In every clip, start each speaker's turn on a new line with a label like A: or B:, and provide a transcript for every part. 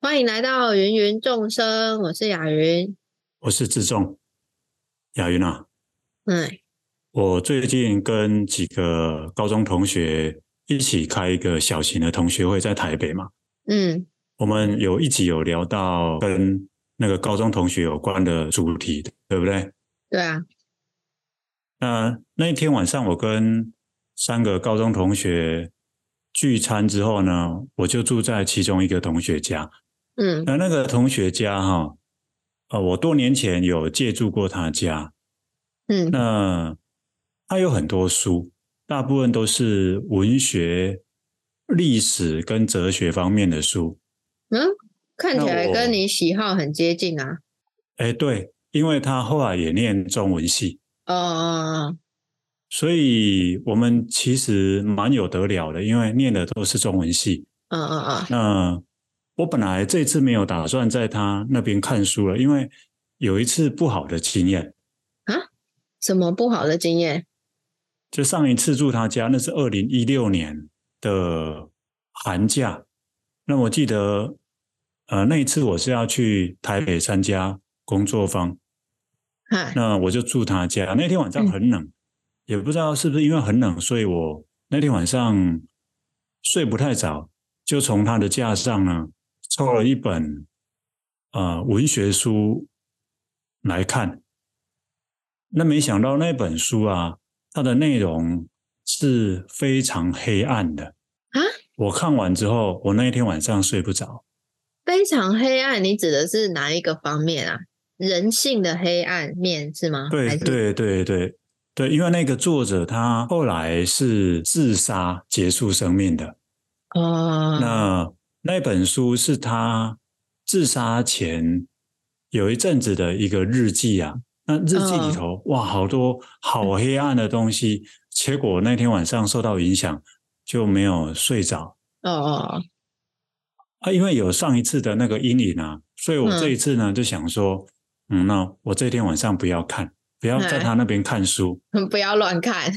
A: 欢迎来到芸芸众生，我是雅云。
B: 我是志仲，雅云啊，
A: 哎，
B: 我最近跟几个高中同学一起开一个小型的同学会，在台北嘛。
A: 嗯
B: 我们有一集有聊到跟那个高中同学有关的主题，对不对？
A: 对啊，
B: 那那一天晚上，我跟三个高中同学聚餐之后呢，我就住在其中一个同学家。
A: 嗯
B: 那那个同学家哈、呃，我多年前有借住过他家，
A: 嗯
B: 那他有很多书，大部分都是文学、历史跟哲学方面的书。
A: 嗯，看起来
B: 那我
A: 跟你喜好很接近啊。
B: 哎，对，因为他后来也念中文系，
A: 哦哦，
B: 所以我们其实蛮有得了的，因为念的都是中文系。
A: 哦嗯嗯嗯，
B: 那我本来这次没有打算在他那边看书了，因为有一次不好的经验，
A: 什么不好的经验？
B: 就上一次住他家，那是二零一六年的寒假。那我记得，呃，那一次我是要去台北参加工作坊，
A: 嗨，
B: 那我就住他家。那天晚上很冷，也不知道是不是因为很冷，所以我那天晚上睡不太着，就从他的架上呢抽了一本呃文学书来看。那没想到那本书啊，它的内容是非常黑暗的
A: 啊！
B: 我看完之后，我那一天晚上睡不着。
A: 非常黑暗，你指的是哪一个方面啊？人性的黑暗面是吗？ 还
B: 对
A: 是，
B: 对对对对，因为那个作者他后来是自杀结束生命的。
A: 哦，
B: 那那本书是他自杀前有一阵子的一个日记啊。那日记
A: 嗯
B: 里头、哇，好多好黑暗的东西。结果那天晚上受到影响，就没有睡着。
A: 哦哦，
B: 啊，因为有上一次的那个阴影啊，所以我这
A: 嗯
B: 一次呢、就想说，嗯，那我这天晚上不要看，不要在他那边看书。
A: 哦 不要乱看，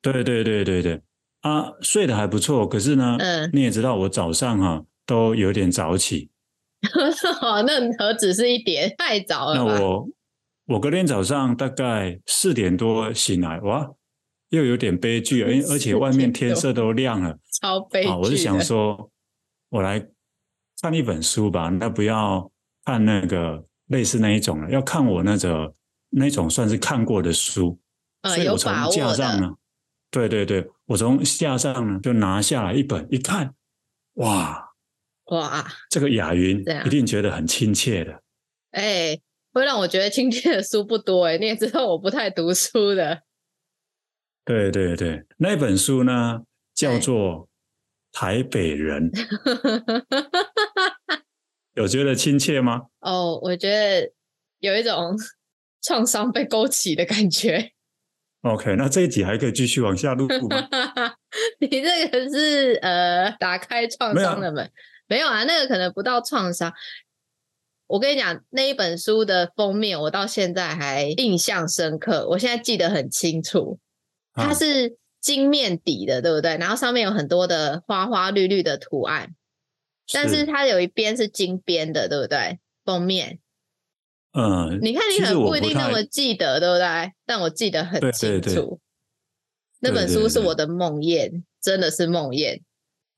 B: 对对对对对，啊，睡得还不错，可是呢，
A: 嗯
B: 你也知道我早上哈、都有点早起，
A: 哦，那何止是一点，太早
B: 那
A: 了吧？
B: 我我隔天早上大概四点多醒来，哇，又有点悲剧了，因为而且外面天色都亮了。
A: 超悲剧
B: 啊，
A: 的。
B: 我是想说，我来看一本书吧，那不要看那个类似那一种了，要看我那个那种算是看过的书，
A: 呃，
B: 所以
A: 有
B: 我从
A: 把
B: 架
A: 握
B: 上
A: 的，
B: 呢，对对对，我从架上呢就拿下来一本一看，哇，
A: 哇，
B: 这个雅云
A: 对啊
B: 一定觉得很亲切的，
A: 哎、会让我觉得亲切的书不多哎、你也知道我不太读书的，
B: 对对对，那本书呢叫
A: 对
B: 做《台北人》， 有觉得亲切吗？
A: 哦，我觉得有一种创伤被勾起的感觉。
B: OK，那这一集还可以继续往下录吗？
A: 你这个是呃，打开创
B: 没有
A: 伤的门，没有啊？那个可能不到创伤。我跟你讲，那一本书的封面，我到现在还印象深刻，我现在记得很清楚。它
B: 啊
A: 是金面底的，对不对？然后上面有很多的花花绿绿的图案， 但是它有一边是金边的，对不对？封面，
B: 嗯，
A: 你看你
B: 其
A: 可
B: 实
A: 能
B: 我
A: 一定
B: 不太
A: 那么记得，对不对？但我记得很
B: 对
A: 清
B: 对对
A: 楚。那
B: 对
A: 本
B: 对
A: 书是
B: 对
A: 我的梦魇，真的是梦魇。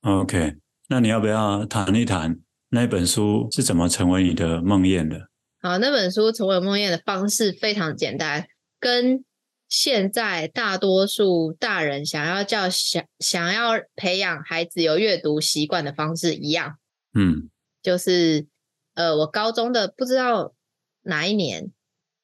B: OK，那你要不要谈一谈那本书是怎么成为你的梦魇的？
A: 好，那本书《成为梦魇》的方式非常简单，跟现在大多数大人想要叫想想要培养孩子有阅读习惯的方式一样。
B: 嗯
A: 就是呃，我高中的不知道哪一年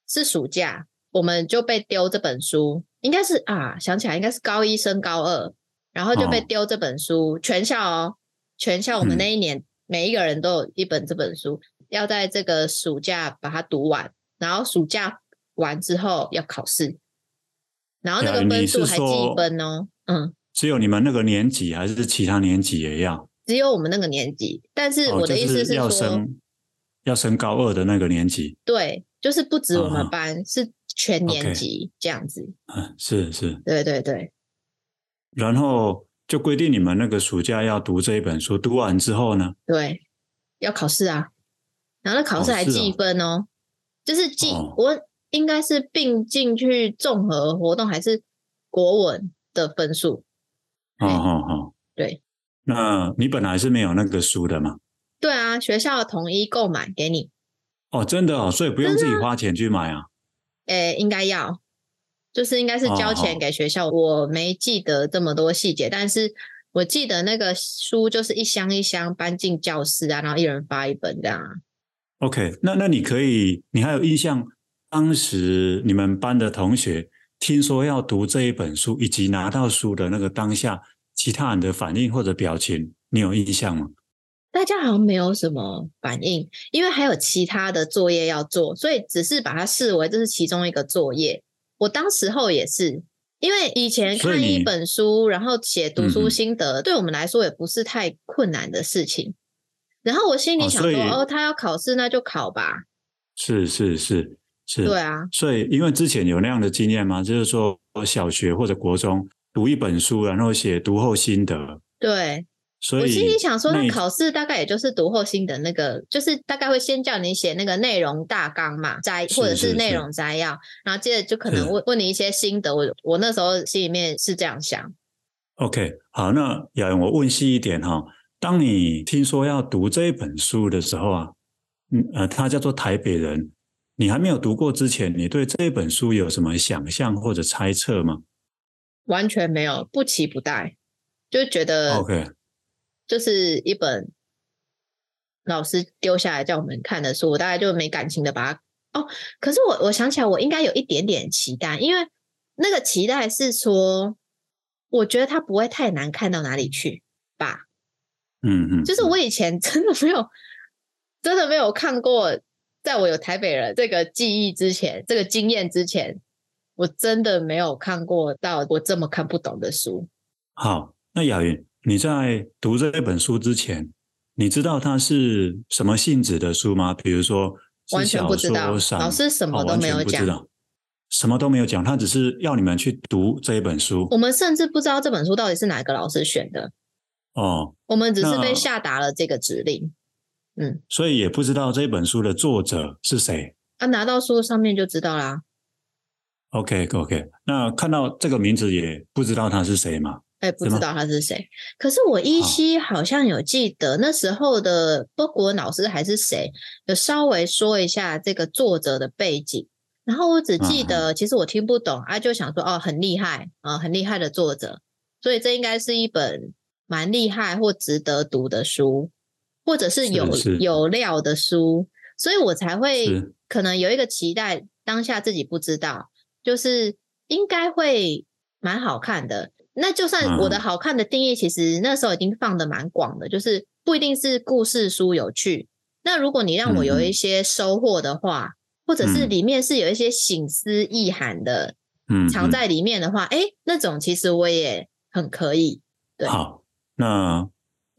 A: 是暑假，我们就被丢这本书，应该是啊，想起来应该是高一升高二，然后就被
B: 哦
A: 丢这本书，全校哦，全校我们
B: 嗯
A: 那一年、每一个人都有一本这本书，要在这个暑假把它读完，然后暑假完之后要考试，然后那
B: 呀
A: 个
B: 啊你
A: 分
B: 是
A: 数还计
B: 说
A: 分哦，嗯。
B: 只有你们那个年级，还是其他年级也要？
A: 只有我们那个年级，但是
B: 哦
A: 我的
B: 就
A: 意思是说，
B: 要升要升高二的那个年级，
A: 对，就是不止我
B: 啊
A: 们
B: 哈
A: 班，是全年
B: OK
A: 级这样子。
B: 嗯，是是。
A: 对对对，
B: 然后就规定你们那个暑假要读这一本书，读完之后呢，
A: 对，要考试啊，然后那考试还
B: 哦是哦
A: 计分哦，就是计、
B: 哦
A: 我应该是并进去综合活动还是国文的分数，
B: 哦哦哦，
A: 对。
B: 那你本来是没有那个书的嘛？
A: 对啊，学校统一购买给你，
B: 哦，真的哦，所以不用自己花钱去买啊。
A: 诶，应该要，就是应该是交
B: 哦
A: 钱给学校。我没记得这么多细节，但是我记得那个书就是一箱一箱搬进教室啊，然后一人发一本这样啊。
B: OK，那那你可以，你还有印象当时你们班的同学听说要读这一本书，以及拿到书的那个当下，其他人的反应或者表情，你有印象吗？
A: 大家好像没有什么反应，因为还有其他的作业要做，所以只是把它视为这是其中一个作业。我当时候也是，因为以前
B: 所以
A: 看一
B: 你
A: 本书，然后写读
B: 嗯
A: 书
B: 嗯
A: 心得，对我们来说也不是太困难的事情。然后我心里
B: 哦
A: 想说，
B: 所以
A: 哦，他要考试，那就考吧。
B: 是是是是，
A: 对啊，
B: 所以，因为之前有那样的经验嘛，就是说小学或者国中读一本书，然后写读后心得，
A: 对，
B: 所以
A: 我心里想说，那
B: 一
A: 考试大概也就是读后心的那个，就是大概会先叫你写那个内容大纲嘛，摘
B: 是
A: 或者
B: 是
A: 是内
B: 是
A: 容摘要，然后接着就可能
B: 是
A: 问问你一些心得。我我那时候心里面是这样想，
B: OK 好，那雅云，我问细一点哈、当你听说要读这一本书的时候啊，嗯呃，它叫做《台北人》，你还没有读过之前，你对这一本书有什么想象或者猜测吗
A: 完全没有不期不待，就觉得
B: ？OK，
A: 就是一本老师丢下来叫我们看的书，我大概就没感情的把它。哦，可是我我想起来，我应该有一点点期待，因为那个期待是说，我觉得它不会太难看到哪里去吧。
B: 嗯嗯，
A: 就是我以前 真的没有，真的没有看过，在我有台北人这个记忆之前，这个经验之前，我真的没有看过到我这么看不懂的书。
B: 好，那雅云，你在读这本书之前，你知道它是什么性质的书吗？比如说
A: 完
B: 是
A: 全
B: 小
A: 不知道
B: 说、散
A: 老师什么
B: 哦
A: 都
B: 完
A: 没
B: 全
A: 有
B: 不知
A: 讲
B: 道什么都没有讲，他只是要你们去读这一本书
A: 我们甚至不知道这本书到底是哪个老师选的，
B: 哦，
A: 我们只是
B: 那
A: 被下达了这个指令。
B: 所以也不知道这本书的作者是谁。
A: 啊，拿到书上面就知道啦。
B: OK OK，那看到这个名字也不知道他是谁嘛？
A: 哎，不知
B: 是吗哦
A: 道他是谁。可是我依
B: 好
A: 稀好像有记得那时候的波国文老师还是谁，有稍微说一下这个作者的背景。然后我只记
B: 嗯嗯
A: 得，其实我听不懂啊，就想说哦，很厉害啊、很厉害的作者，所以这应该是一本蛮厉害或值得读的书，或者是
B: 是
A: 有
B: 是
A: 有料的书，所以我才会
B: 是
A: 可能有一个期待，当下自己不知道，就是应该会蛮好看的。那就算我的
B: 嗯
A: 好看的定义，其实那时候已经放的蛮广的，就是不一定是故事书有趣。那如果你让我有
B: 嗯
A: 一
B: 嗯
A: 些收获的话，或者是
B: 嗯
A: 里面是有一些醒思意涵的
B: 嗯，
A: 藏
B: 嗯
A: 在里面的话，哎、那种其实我也很可以。对
B: 好，那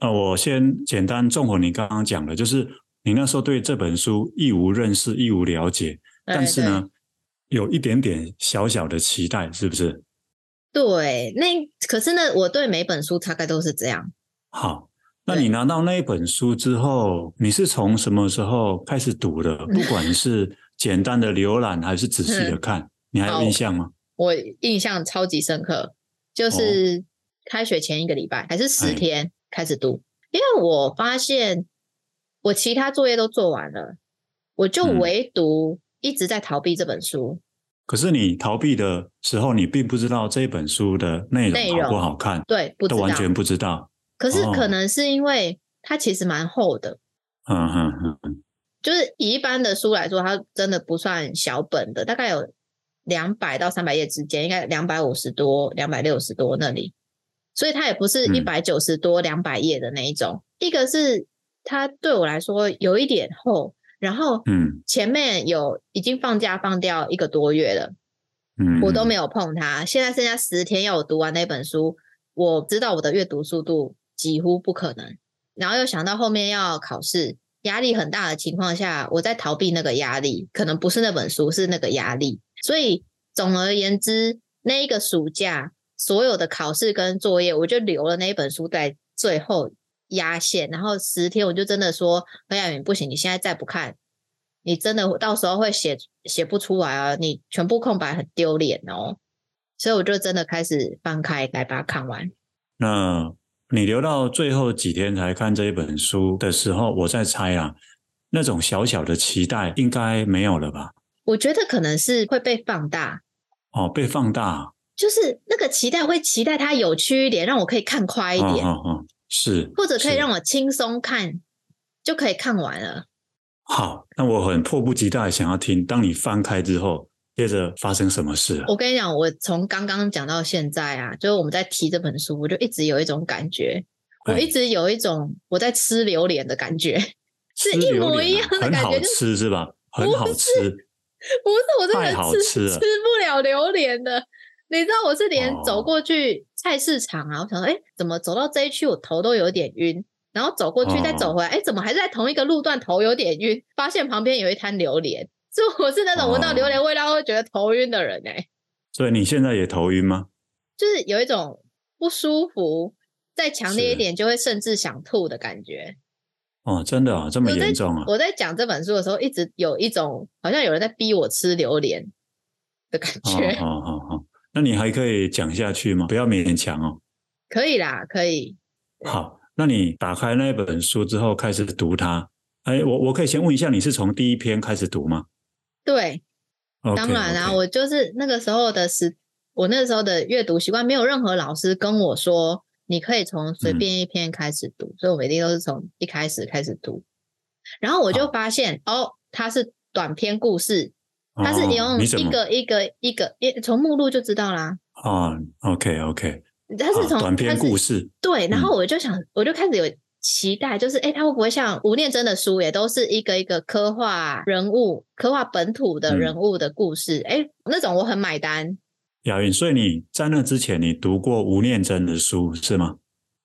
B: 呃，我先简单综合你刚刚讲的，就是你那时候对这本书一无认识、一无了解，但是呢，有一点点小小的期待，是不是？
A: 对，对，那可是呢，我对每本书大概都是这样。
B: 好，那
A: 对
B: 你拿到那一本书之后，你是从什么时候开始 读的？不管是简单的浏览还是仔细
A: 嗯
B: 的看，你
A: 哦
B: 还有印象吗？
A: 我印象超级深刻，就是开学前一个礼拜还是十
B: 哦哎
A: 天开始读，因为我发现我其他作业都做完了，我就
B: 嗯
A: 唯独一直在逃避这本书。
B: 可是你逃避的时候，你并不知道这本书的内
A: 内
B: 容好不
A: 容
B: 好看，
A: 对，不知
B: 都
A: 道
B: 完。全不知道。
A: 可是可
B: 哦
A: 能是因为它其实蛮厚的，
B: 嗯嗯嗯。
A: 就是以一般的书来说，它真的不算小本的，大概有两百到三百页之间，应该两百五十多、两百六十多那里，所以它也不是
B: 嗯
A: 一百九十多、两百页的那一种。一个是它对我来说有一点厚，然后
B: 嗯
A: 前面有已经放假放掉一个多月了，
B: 嗯，
A: 我都没
B: 有。
A: 有碰它。现在剩下十天要我读完那本书，我知道我的阅读速度几乎不可能。然后又想到后面要考试，压力很大的情况下，我在逃避那个压力，可能不是那本书，是那个压力。所以总而言之，那一个暑假所有的考试跟作业，我就留了那一本书在最后压线，然后十天我就真的说何雅云不行，你现在再不看，你真的到时候会写写不出来啊，你全部空白很丢脸哦。所以我就真的开始翻开来把它看完。
B: 那你留到最后几天才看这一本书的时候，我在猜啊，那种小小的期待应该没有了吧？
A: 我觉得可能是会被放大，
B: 哦，被放大，
A: 就是那个期待会期待它有趣一点，让我可以看快一点，
B: 哦哦哦，是，
A: 或者可以
B: 是
A: 让我轻松看，就可以看完了。
B: 好，那我很迫不及待想要听，当你翻开之后，接着发生什么事啊了？
A: 我跟你讲，我从刚刚讲到现在啊，就是我们在提这本书，我就一直有一种感觉，我
B: 哎
A: 一直有一种我在吃榴莲的感觉，是
B: 吃
A: 一
B: 榴
A: 模
B: 莲
A: 一
B: 啊
A: 样的
B: 很
A: 感
B: 好
A: 觉，就是
B: 吃是吧？很
A: 不
B: 好
A: 是
B: 吃，
A: 不是我真
B: 太
A: 的
B: 好
A: 吃
B: 吃了
A: 不了榴莲的。你知道我是连
B: 哦
A: 走过去菜市场啊，我想说，哎，怎么走到这一区我头都有点晕，然后走过去再
B: 哦
A: 走回来，哎、怎么还是在同一个路段头有点晕？发现旁边有一摊榴莲，所以我是那种闻到榴
B: 哦
A: 莲味道会觉得头晕的人哎、
B: 所以你现在也头晕吗？
A: 就是有一种不舒服，再强烈一
B: 是
A: 点就会甚至想吐的感觉。
B: 哦，真的啊，这么
A: 我在
B: 严重啊？
A: 我在讲这本书的时候，一直有一种好像有人在逼我吃榴莲的感
B: 哦
A: 觉。
B: 哦哦哦，那你还可以讲下去吗？不要勉强哦。
A: 可以啦，可以。对
B: 好，那你打开那本书之后开始读它。哎，我我可以先问一下，你是从第一篇开始读吗？
A: 对
B: o k
A: 当然啦、我就是那个时候的时，我那个时候的阅读习惯，没有任何老师跟我说你可以从随
B: 嗯
A: 便一篇开始读，所以我一定都是从一开始开始读。然后我就
B: 好
A: 发现，哦，它是短篇故事，
B: 我
A: 它是
B: 哦、
A: 用
B: 你怎
A: 一
B: 么
A: 个一个一个，一从目录就知道啦。
B: 哦？OK OK，
A: 它是从
B: 哦短篇
A: 它是
B: 故事
A: 对，然
B: 嗯
A: 后我就想，我就开始有期待，就是诶，它会不会像吴念真的书，也都是一个一个刻画人物、刻画本土的
B: 嗯
A: 人物的故事？诶，那种我很买单。
B: 雅韵，所以你在那之前你读过吴念真的书是吗？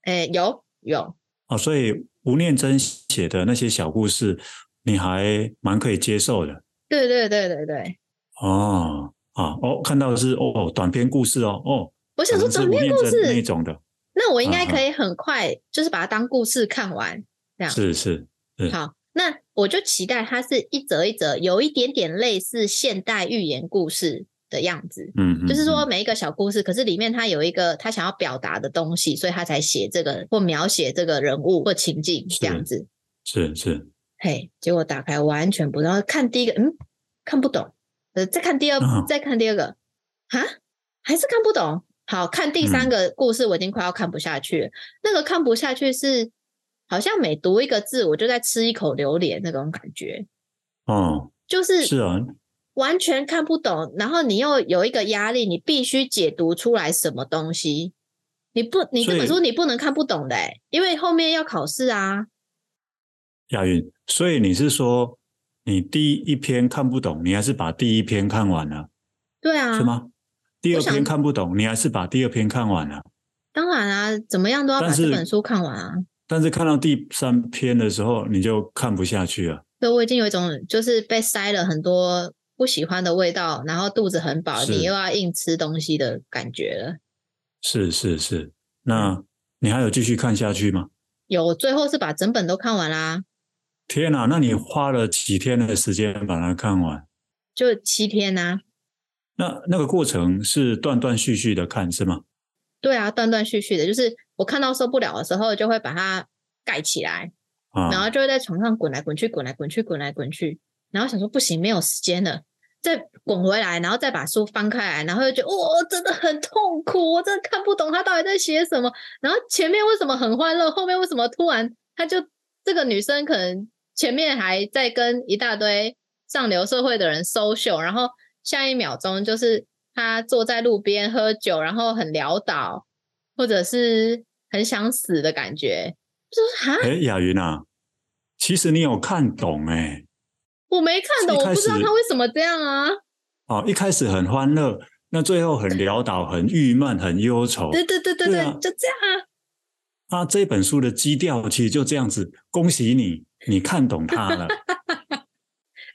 A: 诶，有有，
B: 哦，所以吴念真写的那些小故事，你还蛮可以接受的
A: 对对对对对，
B: 哦。啊哦，看到的是哦短篇故事哦哦，
A: 我想说
B: 可
A: 短
B: 能是吴
A: 篇
B: 念
A: 故
B: 真那
A: 事，
B: 种的，
A: 那我应该
B: 嗯嗯
A: 可以很快就是把它当故事看完。这样
B: 是是是
A: 好，那我就期待它是一则一则，有一点点类似现代寓言故事的样子。
B: 嗯，嗯
A: 就是说
B: 嗯
A: 每一个小故事，可是里面他有一个他想要表达的东西，所以他才写这个或描写这个人物或情境这样子。
B: 是是
A: 嘿，结果打开完全不，然后看第一个，嗯，看不懂，呃，再看第二，
B: 嗯
A: 再看第二个，哈，还是看不懂。好看第
B: 嗯
A: 三个故事，我已经快要看不下去了。那个看不下去是好像每读一个字，我就在吃一口榴莲那种感觉，
B: 哦
A: 就是
B: 是啊，
A: 完全看不懂，然后你又有一个压力，你必须解读出来什么东西。你不，你这
B: 所以
A: 本书你不能看不懂的、欸，因为后面要考试啊。
B: 亚韵，所以你是说你第一篇看不懂，你还是把第一篇看完了、
A: 对啊
B: 是，吗？第
A: 我
B: 二
A: 想
B: 篇看不懂，你还是把第二篇看完了、
A: 当然啊，怎么样都要把
B: 但是
A: 这本书看完啊。
B: 但是看到第三篇的时候，你就看不下去了。
A: 所以我已经有一种就是被塞了很多不喜欢的味道，然后肚子很饱，
B: 是
A: 你又要硬吃东西的感觉了。
B: 是是是，
A: 嗯
B: 那你还有继续看下去吗？
A: 有，我最后是把整本都看完啦，
B: 天哪、那你花了几天的时间把它看完？
A: 就七天啊呐、
B: 那那个过程是断断续续的看是吗？
A: 对啊，断断续续的，就是我看到受不了的时候，就会把它盖起来。
B: 啊，
A: 然后就会在床上滚来滚去，滚来滚去，滚来滚去，然后想说不行，没有时间了，再滚回来，然后再把书翻开来，然后又觉得哇、真的很痛苦，我真的看不懂他到底在写什么。然后前面为什么很欢乐，后面为什么突然他就这个女生可能前面还在跟一大堆上流社会的人 social，然后下一秒钟就是她坐在路边喝酒，然后很潦倒，或者是很想死的感觉，就是哈。
B: 哎，雅云啊，其实你有看懂哎、
A: 我没看懂，
B: 所以
A: 我
B: 一
A: 不
B: 开
A: 知道
B: 始
A: 他为什么这样啊！
B: 哦，一开始很欢乐，那最后很潦倒、很郁闷、很忧愁。
A: 对对对对
B: 对
A: 对，
B: 啊
A: 就这样啊！
B: 那这本书的基调其实就这样子，恭喜你，你看懂它了。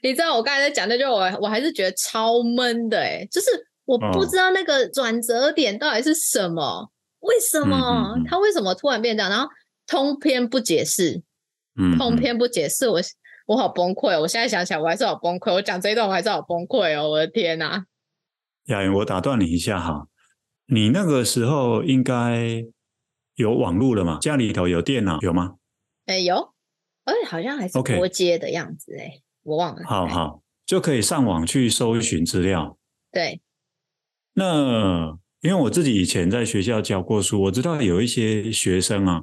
A: 你知道我刚才在讲那句话，我我还是觉得超闷的哎、就是我
B: 哦
A: 不知道那个转折点到底是什么，为什么、
B: 嗯嗯嗯
A: 他为什么突然变这样？然后通篇不解释，
B: 嗯，
A: 通
B: 嗯
A: 篇不解释，我我好崩溃、哦。我现在想起来，我还是好崩溃。我讲这一段，我还是好崩溃哦！我的天哪、
B: 雅云，我打断你一下哈，你那个时候应该有网络了嘛？家里头有电脑有吗？
A: 哎有，哎好像还是
B: OK
A: 国接的样子哎、我忘 了。
B: 好
A: 哎
B: 好，就可以上网去搜寻资料。
A: 对，
B: 那因为我自己以前在学校教过书，我知道有一些学生啊，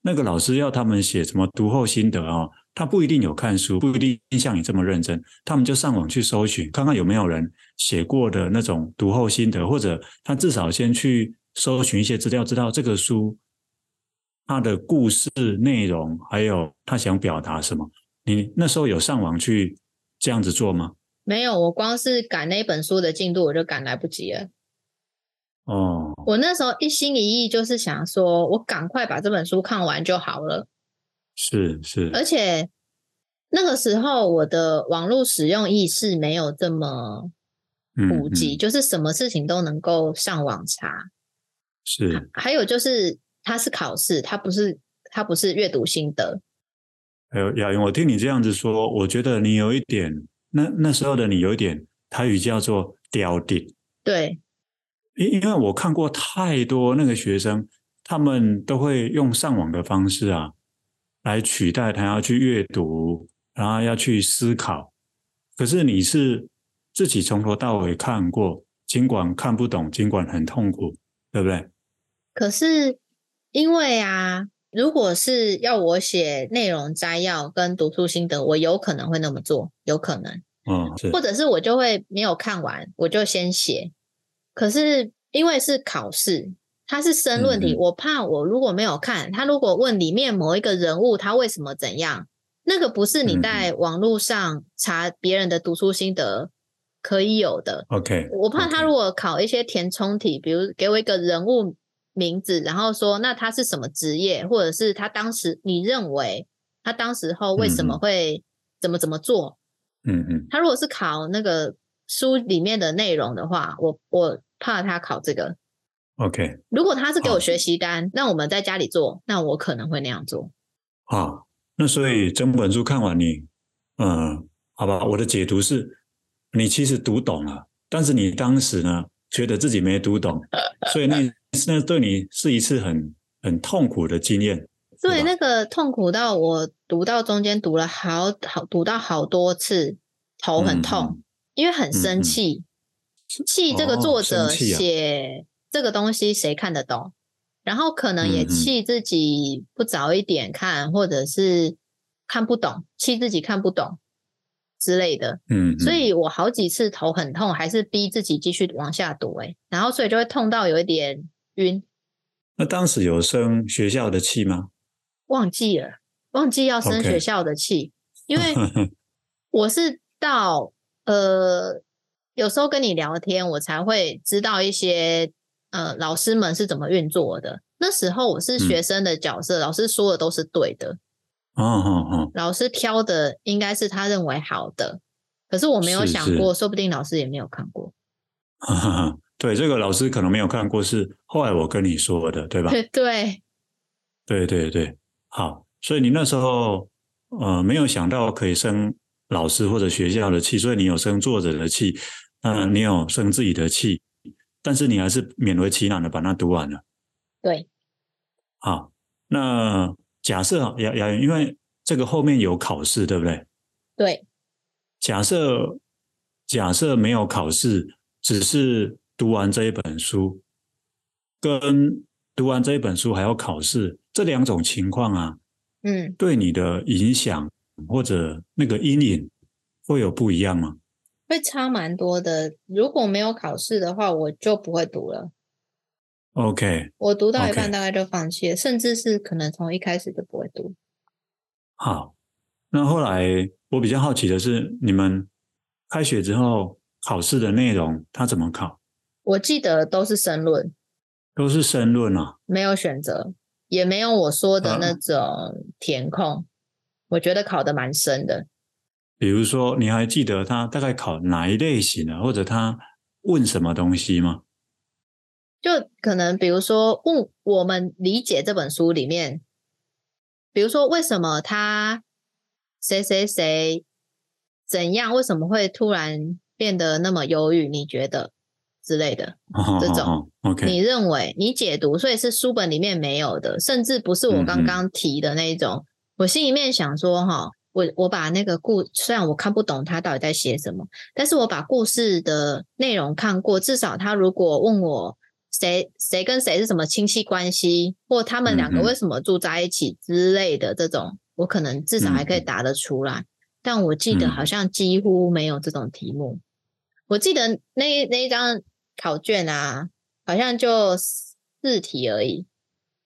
B: 那个老师要他们写什么读后心得啊，他不一定有看书，不一定像你这么认真，他们就上网去搜寻，看看有没有人写过的那种读后心得，或者他至少先去搜寻一些资料，知道这个书它的故事内容，还有他想表达什么。你那时候有上网去这样子做吗？
A: 没有，我光是赶那本书的进度，我就赶来不及了。
B: 哦，
A: 我那时候一心一意就是想说，我赶快把这本书看完就好了。
B: 是是，
A: 而且那个时候我的网络使用意识没有这么
B: 嗯
A: 普
B: 嗯
A: 及，就是什么事情都能够上网查。
B: 是
A: 还有就是它是考试，它不是它不是阅读心得。
B: 还有雅云，我听你这样子说，我觉得你有一点，那那时候的你有一点台语叫做“屌顶
A: 对，”，
B: 因因为我看过太多那个学生，他们都会用上网的方式啊，来取代他要去阅读，然后要去思考。可是你是自己从头到尾看过，尽管看不懂，尽管很痛苦，对不对？
A: 可是因为啊，如果是要我写内容摘要跟读书心得，我有可能会那么做，有可能。
B: 嗯，是
A: 或者是我就会没有看完，我就先写。可是因为是考试，它是申论题，
B: 嗯嗯
A: 我怕我如果没有看，他如果问里面某一个人物他为什么怎样，那个不是你
B: 嗯嗯
A: 在网络上查别人的读书心得可以有的。
B: OK。
A: 我怕他
B: OK
A: 如果考一些填充题，比如给我一个人物名字，然后说那他是什么职业，或者是他当时你认为他当时候为什
B: 嗯
A: 么
B: 嗯
A: 会怎么怎么做，
B: 嗯嗯，
A: 他如果是考那个书里面的内容的话，我我怕他考这个。
B: OK，
A: 如果他是给
B: 好
A: 我学习单，那我们在家里做，那我可能会那样做。
B: 好，啊那所以
A: 嗯
B: 整本书看完你，嗯，好吧，我的解读是，你其实读懂了，但是你当时呢，觉得自己没读 懂，所以那那对你是一次很很痛苦的经验。
A: 对，
B: 吧
A: 那个痛苦到我读到中间读了好好读到好多次，头很痛，
B: 嗯
A: 因为很
B: 嗯
A: 生
B: 嗯
A: 气，气这
B: 哦
A: 个作
B: 生
A: 者
B: 气啊
A: 写这个东西谁看得懂，然后可能也
B: 嗯嗯
A: 气自己不早一点看，或者是看不懂，气自己看不懂之类的。
B: 嗯，嗯
A: 所以我好几次头很痛，还是逼自己继续往下读、欸，然后所以就会痛到有一点晕，
B: 那当时有生学校的气吗？
A: 忘记了，忘记要生
B: OK
A: 学校的气因 为我是到呃，有时候跟你聊天，我才会知道一些呃老师们是怎么运作的。那时候我
B: 嗯
A: 是学生的角色，老师说的都是对的，
B: 哦哦哦，
A: 老师挑的应该是他认为好的，可是我没有
B: 是
A: 想
B: 是
A: 过，说不定老师也没有看过。
B: 哈哈哈 对，这个老师可能没有看过，是后来我跟你说的，对吧？
A: 对对，
B: 对对对，好，所以你那时候呃没有想到可以生老师或者学校的气，所以你有生作者的气，嗯、你有生自己的气，但是你还是勉为其难的把它读完了。
A: 对，
B: 好，那假设啊雅雅云，因为这个后面有考试，对不对？
A: 对，
B: 假设假设没有考试，只是读完这一本书，跟读完这一本书还要考试这两种情况啊，
A: 嗯。
B: 对你的影响或者那个阴影会有不一样吗？
A: 会差蛮多的。如果没有考试的话，我就不会读了。
B: OK，
A: 我读到一半
B: OK
A: 大概就放弃了甚至是可能从一开始就不会读。
B: 好。那后来我比较好奇的是，你们开学之后考试的内容，他怎么考？
A: 我记得都是申论，
B: 都是申论啊。
A: 没有选择，也没有我说的
B: 嗯
A: 那种填空。我觉得考的蛮深的。
B: 比如说，你还记得他大概考哪一类型的，或者他问什么东西吗？
A: 就可能比如说问我们理解这本书里面比如说为什么他谁谁谁怎样，为什么会突然变得那么忧郁？你觉得之类的？这种
B: 哦哦 OK，
A: 你认为你解读，所以是书本里面没有的，甚至不是
B: 嗯
A: 我刚刚提的那一种。我心里面想说，哈，我我把那个故，虽然我看不懂他到底在写什么，但是我把故事的内容看过，至少他如果问我谁谁跟谁是什么亲戚关系，或他们两个
B: 嗯嗯
A: 为什么住在一起之类的这种，我可能至少还可以
B: 嗯嗯
A: 答得出来。但我记得
B: 嗯
A: 好像几乎没有这种题目。我记得那那一张考卷啊，好像就四题而已，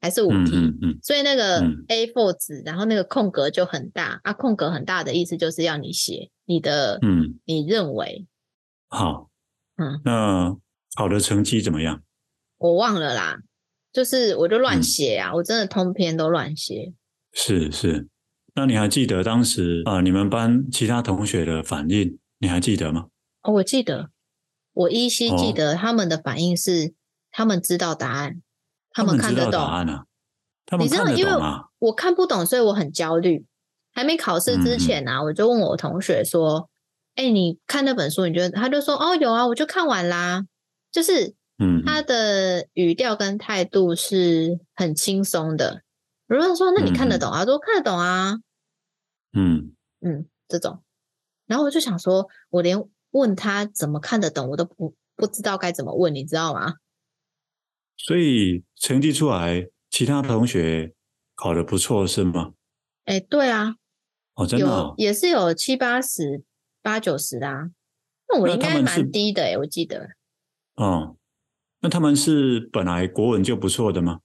A: 还是五
B: 嗯
A: 题，
B: 嗯嗯，
A: 所以那个
B: 嗯
A: A4 纸，然后那个空格就很大啊，空格很大的意思就是要你写你的，
B: 嗯，
A: 你认为
B: 好，
A: 嗯，
B: 那考的成绩怎么样？
A: 我忘了啦，就是我就乱
B: 嗯
A: 写啊，我真的通篇都乱写，
B: 是是，那你还记得当时啊、呃你们班其他同学的反应，你还记得吗？
A: 哦，我记得，我依稀记
B: 哦
A: 得他们的反应是，他们知道答案，他们看
B: 知
A: 得
B: 道答
A: 懂，
B: 案啊，他们
A: 你知道
B: 看得
A: 因为
B: 懂啊，嗯
A: 我看不懂，所以我很焦虑。还没考试之前啊，我就问我同学说：“哎、你看那本书，你觉得？”他就说：“哦，有啊，我就看完啦。”就是
B: 嗯，
A: 他的语调跟态度是很轻松的。如果说：“那你看得懂啊？”他说：“看得懂啊。
B: 嗯”
A: 嗯，这种。然后我就想说，我连问他怎么看得懂，我都不不知道该怎么问，你知道吗？
B: 所以成绩出来，其他同学考得不错是吗？
A: 哎，对啊，
B: 哦，真的、
A: 有
B: 哦，
A: 也是有七八十、八九十的啊。那我
B: 那
A: 应
B: 他
A: 该
B: 们是
A: 蛮低的诶、我记得
B: 哦，那他们是本来国文就不错的吗？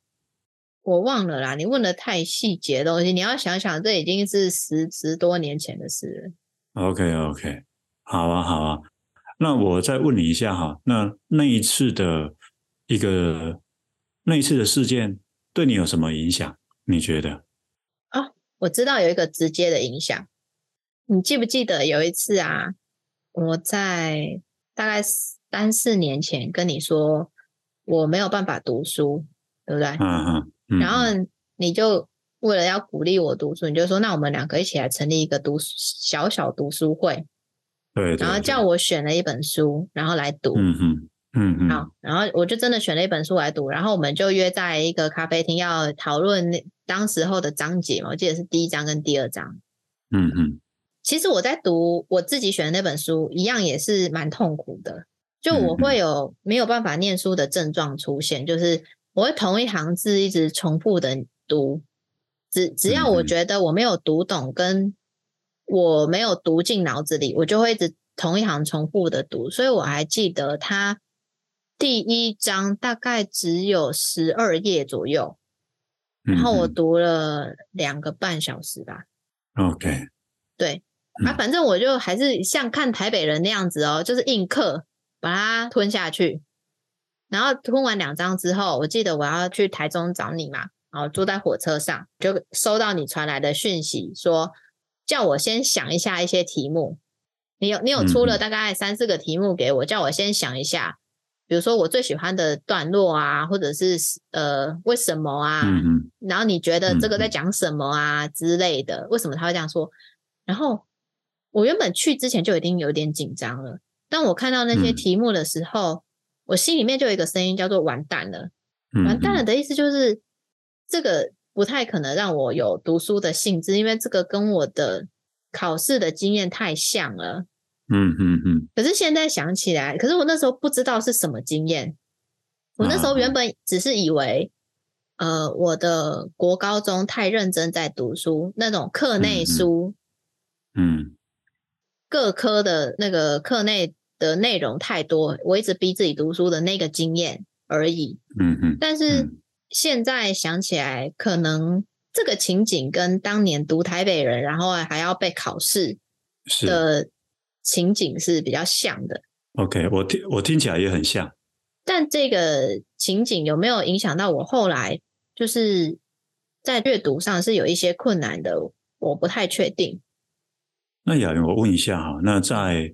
A: 我忘了啦。你问的太细节的东西，你要想想，这已经是十十多年前的事了。
B: OK OK，好啊好啊，那我再问你一下哈，那那一次的一个那一次的事件对你有什么影响？你觉得？
A: 我知道有一个直接的影响，你记不记得有一次啊？我在大概三四年前跟你说我没有办法读书，对不对？
B: 嗯哼，嗯
A: 然后你就为了要鼓励我读书，你就说那我们两个一起来成立一个读书小小读书会。
B: 对，
A: 然后
B: 对
A: 叫，我选了一本书，然后来读。
B: 对嗯哼，嗯哼，
A: 好，然后我就真的选了一本书来读，然后我们就约在一个咖啡厅要讨论那当时候的章节嘛，我记得是第一章跟第二章。
B: 嗯哼，
A: 其实我在读我自己选的那本书，一样也是蛮痛苦的，就
B: 嗯
A: 我会有没有办法念书的症状出现，就是我会同一行字一直重复的读，只只要我
B: 嗯嗯
A: 觉得我没有读懂，跟我没有读进脑子里，我就会一直同一行重复的读，所以我还记得它第一章大概只有十二页左右，
B: 然
A: 然
B: 嗯
A: 后我读了两个半小时吧。
B: OK，
A: 对啊，
B: 嗯
A: 反正我就还是像看台北人那样子哦，就是硬刻把它吞下去。然后吞完两张之后，我记得我要去台中找你嘛，然后坐在火车上就收到你传来的讯息说，叫我先想一下一些题目。你有你有出
B: 嗯
A: 了
B: 嗯
A: 大概三四个题目给我，叫我先想一下，比如说我最喜欢的段落啊，或者是呃为什么啊，
B: 嗯哼，
A: 然后你觉得这个在
B: 嗯嗯
A: 讲什么啊之类的？为什么他会这样说？然后我原本去之前就已经有点紧张了，当我看到那些
B: 嗯
A: 题目的时候，我心里面就有一个声音叫做“完蛋了”。
B: 嗯
A: 完蛋
B: 哼
A: 了的意思就是这个不太可能让我有读书的兴致，因为这个跟我的考试的经验太像了。
B: 嗯嗯嗯，
A: 可是现在想起来，可是我那时候不知道是什么经验。我那时候
B: 啊
A: 原本只是以为，呃，我的国高中太认真在读书，那种课内
B: 嗯嗯
A: 书、
B: 嗯
A: 各科的那个课内的内容太多，我一直逼自己读书的那个经验而已。
B: 嗯嗯
A: 但是
B: 嗯
A: 现在想起来，可能这个情景跟当年读台北人，然后还要被考试
B: 是
A: 的情景是比较像的。
B: OK，我听我听起来也很像，
A: 但这个情景有没有影响到我后来就是在阅读上是有一些困难的？我不太确定。
B: 那雅云，我问一下哈，那在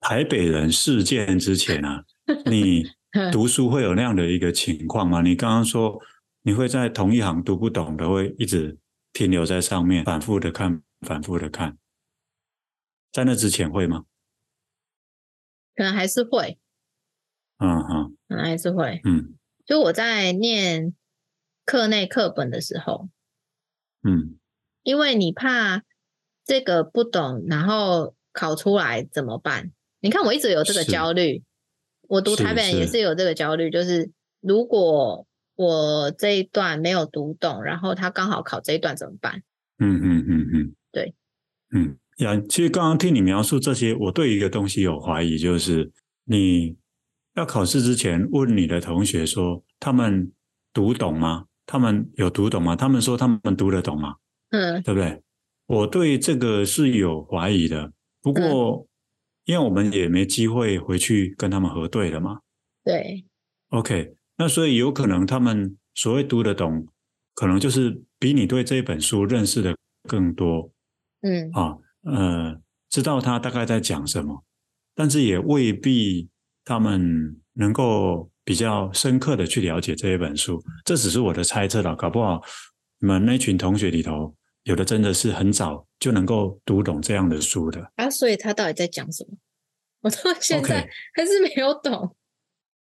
B: 台北人事件之前啊，你读书会有那样的一个情况吗？你刚刚说你会在同一行读不懂的，会一直停留在上面，反复的看，反复的看。在那之前会吗？
A: 可能还是会，
B: 嗯嗯
A: 可能还是会。
B: 嗯
A: 就我在念课内课本的时候，
B: 嗯
A: 因为你怕这个不懂，然后考出来怎么办？你看我一直有这个
B: 是
A: 焦虑，我读
B: 是
A: 台本也
B: 是
A: 是有这个焦虑，就是如果我这一段没有读懂，然后他刚好考这一段怎么办？
B: 嗯嗯嗯嗯，
A: 对，
B: 嗯呀。其实刚刚听你描述这些，我对一个东西有怀疑，就是你要考试之前问你的同学说，他们读懂吗？他们有读懂吗？他们说他们读得懂吗？
A: 嗯
B: 对不对？我对这个是有怀疑的，不过因为我们也没机会回去跟他们核对了嘛。
A: 对，
B: OK，那所以有可能他们所谓读得懂，可能就是比你对这本书认识的更多
A: 嗯
B: 啊，呃，知道他大概在讲什么，但是也未必他们能够比较深刻的去了解这一本书。这只是我的猜测了，搞不好你们那群同学里头，有的真的是很早就能够读懂这样的书的。
A: 啊，所以他到底在讲什么？我到现
B: OK
A: 在 还是没有懂。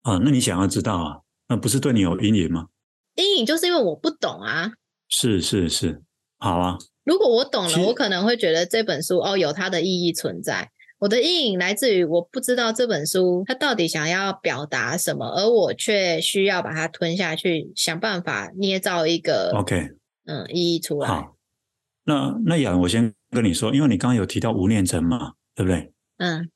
B: 啊，那你想要知道啊，那不是对你有阴影吗？
A: 阴影就是因为我不懂啊。
B: 是是是，好啊，
A: 如果我懂
B: 其实
A: 了，我可能会觉得这本书哦有它的意义存在。我的阴影来自于我不知道这本书它到底想要表达什么，而我却需要把它吞下去，想办法捏造一个
B: OK。
A: 嗯意义出来。
B: 好，那那雅，我先跟你说，因为你刚刚有提到吴念真嘛，对不对？
A: 嗯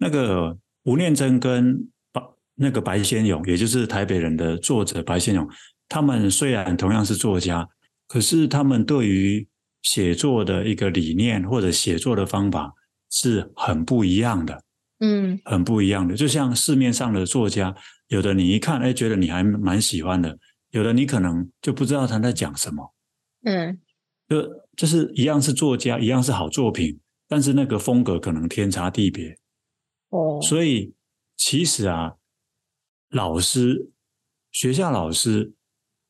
B: 那个吴念真跟白那个白先勇，也就是台北人的作者白先勇，他们虽然同样是作家，可是他们对于写作的一个理念或者写作的方法是很不一样的。
A: 嗯
B: 很不一样的。就像市面上的作家，有的你一看，哎，觉得你还蛮喜欢的；有的你可能就不知道他在讲什么。
A: 嗯
B: 就就是一样是作家，一样是好作品，但是那个风格可能天差地别。
A: 哦
B: 所以其实啊，老师、学校老师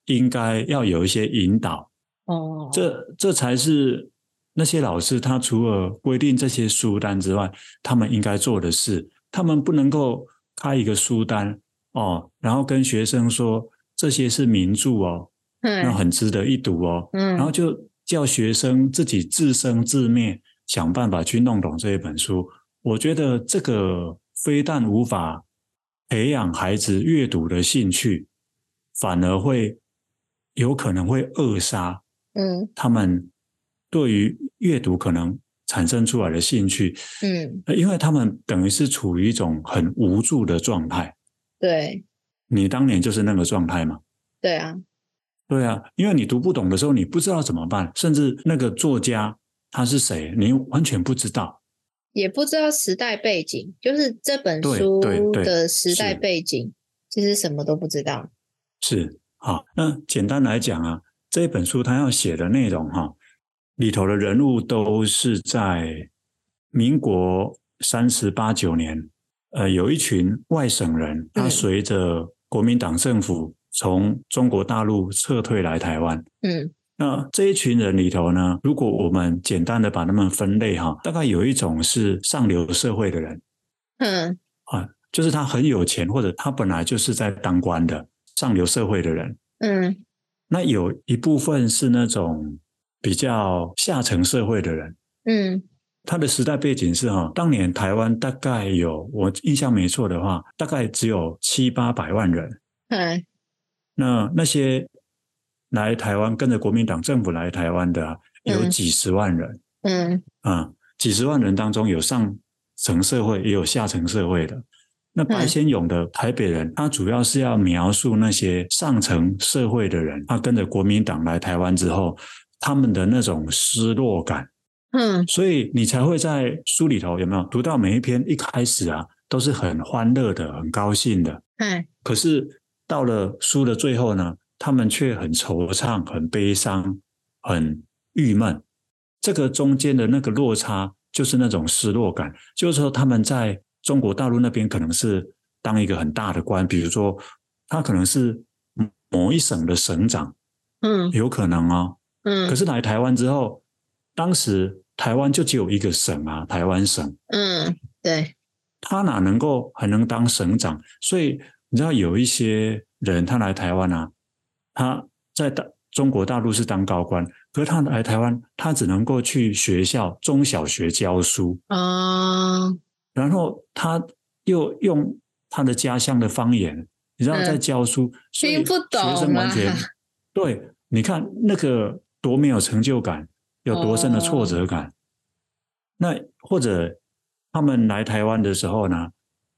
B: 应该要有一些引导，
A: 哦
B: 这这才是那些老师他除了规定这些书单之外，他们应该做的事。他们不能够开一个书单哦，然后跟学生说这些是名著哦，那
A: 嗯
B: 很值得一读哦，然后
A: 嗯
B: 就叫学生自己自生自灭，想办法去弄懂这一本书。我觉得这个非但无法培养孩子阅读的兴趣，反而会有可能会扼杀
A: 嗯
B: 他们对于阅读可能产生出来的兴趣，
A: 嗯，
B: 呃因为他们等于是处于一种很无助的状态。
A: 对
B: 你当年就是那个状态嘛？
A: 对啊，
B: 对啊，因为你读不懂的时候，你不知道怎么办，甚至那个作家他是谁，你完全不知道。
A: 也不知道时代背景，就是这本
B: 对
A: 书
B: 对对
A: 的时代
B: 是
A: 背景，其实什么都不知道。
B: 是好，那简单来讲啊，这本书它要写的内容哈、里头的人物都是在民国三十八九年，呃，有一群外省人，他
A: 嗯
B: 随着国民党政府从中国大陆撤退来台湾。
A: 嗯
B: 那这一群人里头呢，如果我们简单的把他们分类哈、大概有一种是上流社会的人，
A: 嗯
B: 啊，就是他很有钱，或者他本来就是在当官的上流社会的人。
A: 嗯
B: 那有一部分是那种比较下层社会的人，
A: 嗯
B: 他的时代背景是哈、当年台湾大概有，我印象没错的话，大概只有七八百万人。
A: 嗯
B: 那那些来台湾跟着国民党政府来台湾的啊、有
A: 嗯
B: 几十万人
A: 嗯。
B: 啊、几十万人当中有上层社会，也有下层社会的。那白
A: 嗯
B: 先勇的台北人，他主要是要描述那些上层社会的人，他跟着国民党来台湾之后，他们的那种失落感。
A: 嗯
B: 所以你才会在书里头有没有读到每一篇一开始啊，都是很欢乐的，很高兴的。
A: 哎，
B: 可是到了书的最后呢，他们却很惆怅、很悲伤、很郁闷。这个中间的那个落差，就是那种失落感。就是说，他们在中国大陆那边可能是当一个很大的官，比如说他可能是某一省的省长，
A: 嗯
B: 有可能哦。
A: 嗯，
B: 可是来台湾之后，当时台湾就只有一个省啊，台湾省，
A: 嗯，对，
B: 他哪能够还能当省长？所以你知道有一些人他来台湾啊，他在大中国大陆是当高官，可是他来台湾，他只能够去学校中小学教书，
A: 哦，
B: 然后他又用他的家乡的方言，你知道
A: 嗯
B: 在教书，所以
A: 听不懂啊
B: 学生完
A: 啦
B: 全对，你看那个多没有成就感，有多深的挫折
A: 哦
B: 感。那或者他们来台湾的时候呢，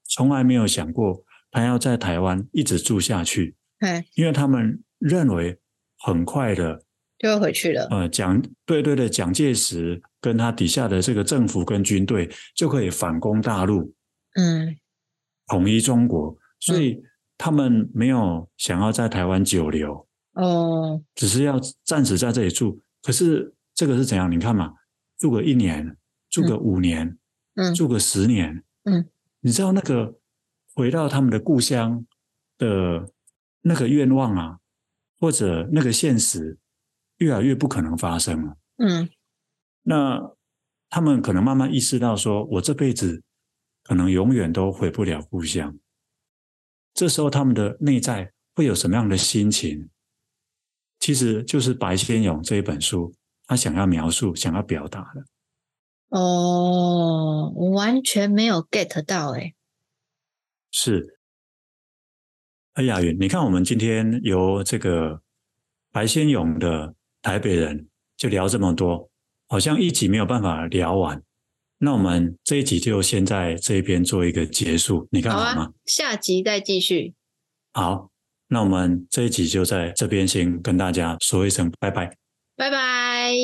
B: 从来没有想过他要在台湾一直住下去，
A: 哎，
B: 因为他们认为很快的，
A: 就会回去了。
B: 呃，蒋对对的蒋介石跟他底下的这个政府跟军队就可以反攻大陆，
A: 嗯
B: 统一中国，所以他们没有想要在台湾久留，
A: 哦，
B: 只是要暂时在这里住。可是这个是怎样？你看嘛，住个一年，住个五年，
A: 嗯
B: 住个十年，
A: 嗯，
B: 你知道那个回到他们的故乡的那个愿望啊，或者那个现实，越来越不可能发生了。
A: 嗯
B: 那他们可能慢慢意识到说，我这辈子可能永远都回不了故乡。这时候，他们的内在会有什么样的心情？其实就是白先勇这一本书，他想要描述、想要表达的。
A: 哦，我完全没有 get 到哎、
B: 是，哎，雅云，你看我们今天由这个白先勇的台北人就聊这么多，好像一集没有办法聊完。那我们这一集就先在这边做一个结束，你看
A: 好
B: 好吗
A: 啊？，下集再继续，
B: 好，那我们这一集就在这边先跟大家说一声拜拜。
A: 拜拜。